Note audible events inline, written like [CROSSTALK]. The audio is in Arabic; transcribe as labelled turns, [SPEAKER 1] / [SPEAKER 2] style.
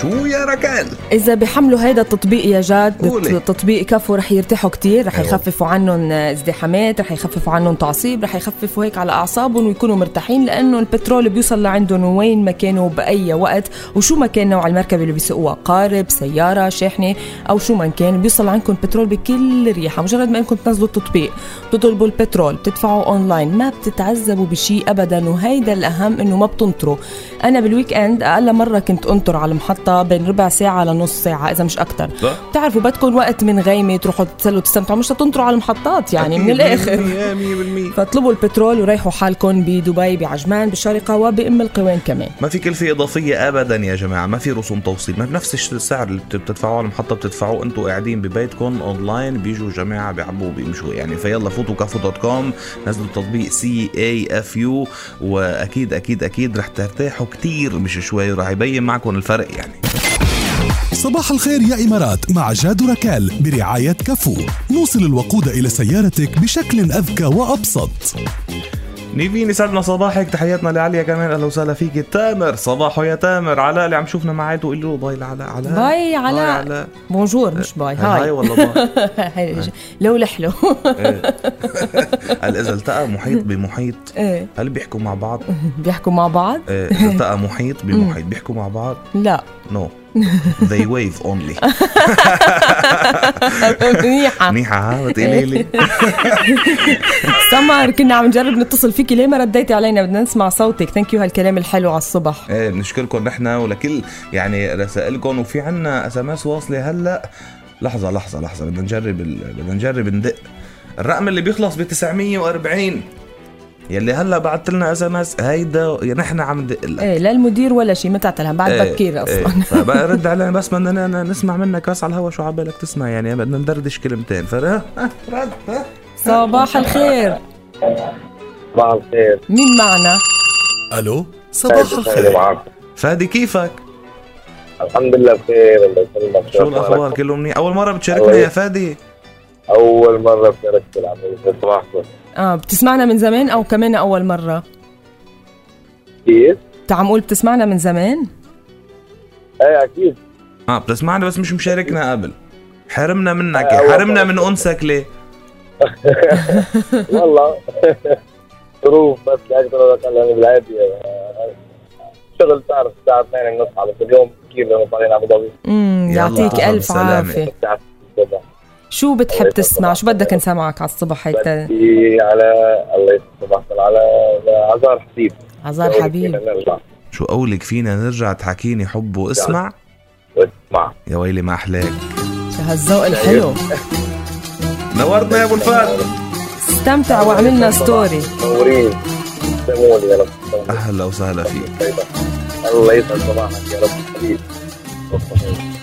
[SPEAKER 1] شو يا ركان
[SPEAKER 2] إذا بحملوا هيدا التطبيق يا جاد
[SPEAKER 1] قولي.
[SPEAKER 2] تطبيق كفو رح يرتاحوا كتير رح
[SPEAKER 1] أيوة.
[SPEAKER 2] يخففوا عنهم ازدحامات رح يخففوا عنهم تعصيب رح يخففوا هيك على أعصابهم ويكونوا مرتاحين لأنه البترول بيوصل لعندهم وين ما كانوا بأي وقت وشو ما كان نوع المركبة اللي بيسوقوها قارب سيارة شاحنة أو شو ما كان بيوصل عندكم البترول بكل ريحة مجرد ما إنكم تنزلوا التطبيق بتطلبوا البترول بتدفعوا أونلاين ما بتتعذبوا بشيء أبدا وهيدا الأهم إنه ما بتنطروا أنا بالويك إند أقل مرة كنت أنطر على المحطة بين ربع ساعة لنص ساعة إذا مش أكتر
[SPEAKER 1] صح.
[SPEAKER 2] بتعرفوا بدكم وقت من غيمة تروحوا تتسلوا تستمتعوا مش تنطروا على المحطات يعني من الآخر
[SPEAKER 1] [LAUGHS] 100%
[SPEAKER 2] فاطلبوا البترول وريحوا حالكم بدبي بعجمان بالشارقة وبأم القوين كمان
[SPEAKER 1] ما في كلفة إضافية أبدا يا جماعة ما في رسوم توصيل ما بنفس الش- السعر اللي بت- بتدفعوه على المحطة بتدفعوه أنتوا قاعدين ببيتكم أونلاين بيجوا جماعة بيعبوا بيمشوا يعني فيلا فوتوا كافو دوت كوم نزلوا تطبيق سي اي اف يو وأكيد أكيد أكيد رح ترتاحوا كتير مش شوي ورح يبين معكم الفرق يعني
[SPEAKER 3] صباح الخير يا إمارات مع جاد وركال برعاية كفو نوصل الوقود إلى سيارتك بشكل أذكى وأبسط
[SPEAKER 1] نيفين يسعدنا صباحك تحياتنا لعليا كمان اهلا وسهلا فيك تامر صباحو يا تامر علاء اللي عم شوفنا معاه تقول له باي لعلاء علاء
[SPEAKER 2] باي
[SPEAKER 1] باي
[SPEAKER 2] علاء.
[SPEAKER 1] علاء
[SPEAKER 2] بونجور مش باي
[SPEAKER 1] هاي, هاي
[SPEAKER 2] هاي
[SPEAKER 1] والله باي
[SPEAKER 2] [LAUGHS]
[SPEAKER 1] أه.
[SPEAKER 2] هاي. لو لحلو [LAUGHS]
[SPEAKER 1] إيه. قال اذا التقى محيط بمحيط
[SPEAKER 2] إيه.
[SPEAKER 1] هل بيحكوا مع بعض؟
[SPEAKER 2] بيحكوا مع بعض
[SPEAKER 1] إيه، اذا التقى محيط بمحيط بيحكوا مع بعض؟
[SPEAKER 2] لا [LAUGHS]
[SPEAKER 1] نو they wave only [LAUGHS]
[SPEAKER 2] منيحة
[SPEAKER 1] منيحة ها بتقولي [LAUGHS] لي
[SPEAKER 2] سمر كنا عم نجرب نتصل فيكي ليه ما رديتي علينا بدنا نسمع صوتك ثانك يو هالكلام الحلو على
[SPEAKER 1] [LAUGHS]
[SPEAKER 2] الصبح
[SPEAKER 1] إيه، بنشكركم نحن ولكل يعني رسائلكم وفي عنا اس ام اس واصله هلا لحظة لحظة لحظة بدنا نجرب ال... بدنا نجرب ندق الرقم اللي بيخلص ب 940 يلي هلا بعت لنا اس ام اس هيدا يا نحن عم ندق لك
[SPEAKER 2] ايه لا المدير ولا شيء ما تعتلها بعد
[SPEAKER 1] إيه،
[SPEAKER 2] بكير
[SPEAKER 1] إيه. [LAUGHS]
[SPEAKER 2] [LAUGHS] اصلا
[SPEAKER 1] فبقى رد علينا بس بدنا ن- ن- نسمع منك بس على الهوا شو عبالك تسمع يعني بدنا ندردش كلمتين فرد رد ها.
[SPEAKER 2] صباح الخير
[SPEAKER 4] صباح الخير
[SPEAKER 2] مين معنا؟
[SPEAKER 3] ألو صباح
[SPEAKER 4] شو
[SPEAKER 3] الخير
[SPEAKER 4] معك؟
[SPEAKER 1] فادي كيفك؟
[SPEAKER 4] الحمد لله بخير الله يسلمك
[SPEAKER 1] شو الاخبار كله منيح؟ اول مرة بتشاركنا يا فادي؟
[SPEAKER 4] اول مره بشارك بالعمل صباحكم
[SPEAKER 2] اه بتسمعنا من زمان او كمان اول مرة؟
[SPEAKER 4] كيف؟
[SPEAKER 2] تعم قول بتسمعنا من زمان؟
[SPEAKER 4] ايه اكيد
[SPEAKER 1] اه بتسمعنا بس مش مشاركنا قبل حرمنا منك يا
[SPEAKER 4] أول
[SPEAKER 1] حرمنا
[SPEAKER 4] مرة.
[SPEAKER 1] من انسك ليه؟
[SPEAKER 4] والله [LAUGHS] ظروف بس لا اقدر اقول انا بالعادي آه، شغل تعرف الساعه 2 النص على كل يوم كثير لانه طالعين ابو ظبي
[SPEAKER 2] امم
[SPEAKER 1] يلا،
[SPEAKER 2] يعطيك
[SPEAKER 1] أهلا
[SPEAKER 2] الف
[SPEAKER 1] وسهلا.
[SPEAKER 2] عافية
[SPEAKER 4] الساعه 6 الصبح
[SPEAKER 2] شو بتحب تسمع؟ شو بدك نسمعك على الصبح هيك
[SPEAKER 4] بدي على الله يسلمك على على عزار حبيب
[SPEAKER 2] عزار حبيب
[SPEAKER 4] نرجع
[SPEAKER 1] شو قولك فينا نرجع تحكيني حب واسمع؟
[SPEAKER 4] واسمع
[SPEAKER 1] يا ويلي ما احلاك
[SPEAKER 2] شو هالذوق الحلو
[SPEAKER 1] نورتنا يا ابو الفات
[SPEAKER 2] استمتع وعملنا ستوري
[SPEAKER 4] نورين سموني يا رب
[SPEAKER 1] أه.
[SPEAKER 4] سموني.
[SPEAKER 1] اهلا وسهلا فيك
[SPEAKER 4] طيب. الله يسعد صباحك يا رب حبيبي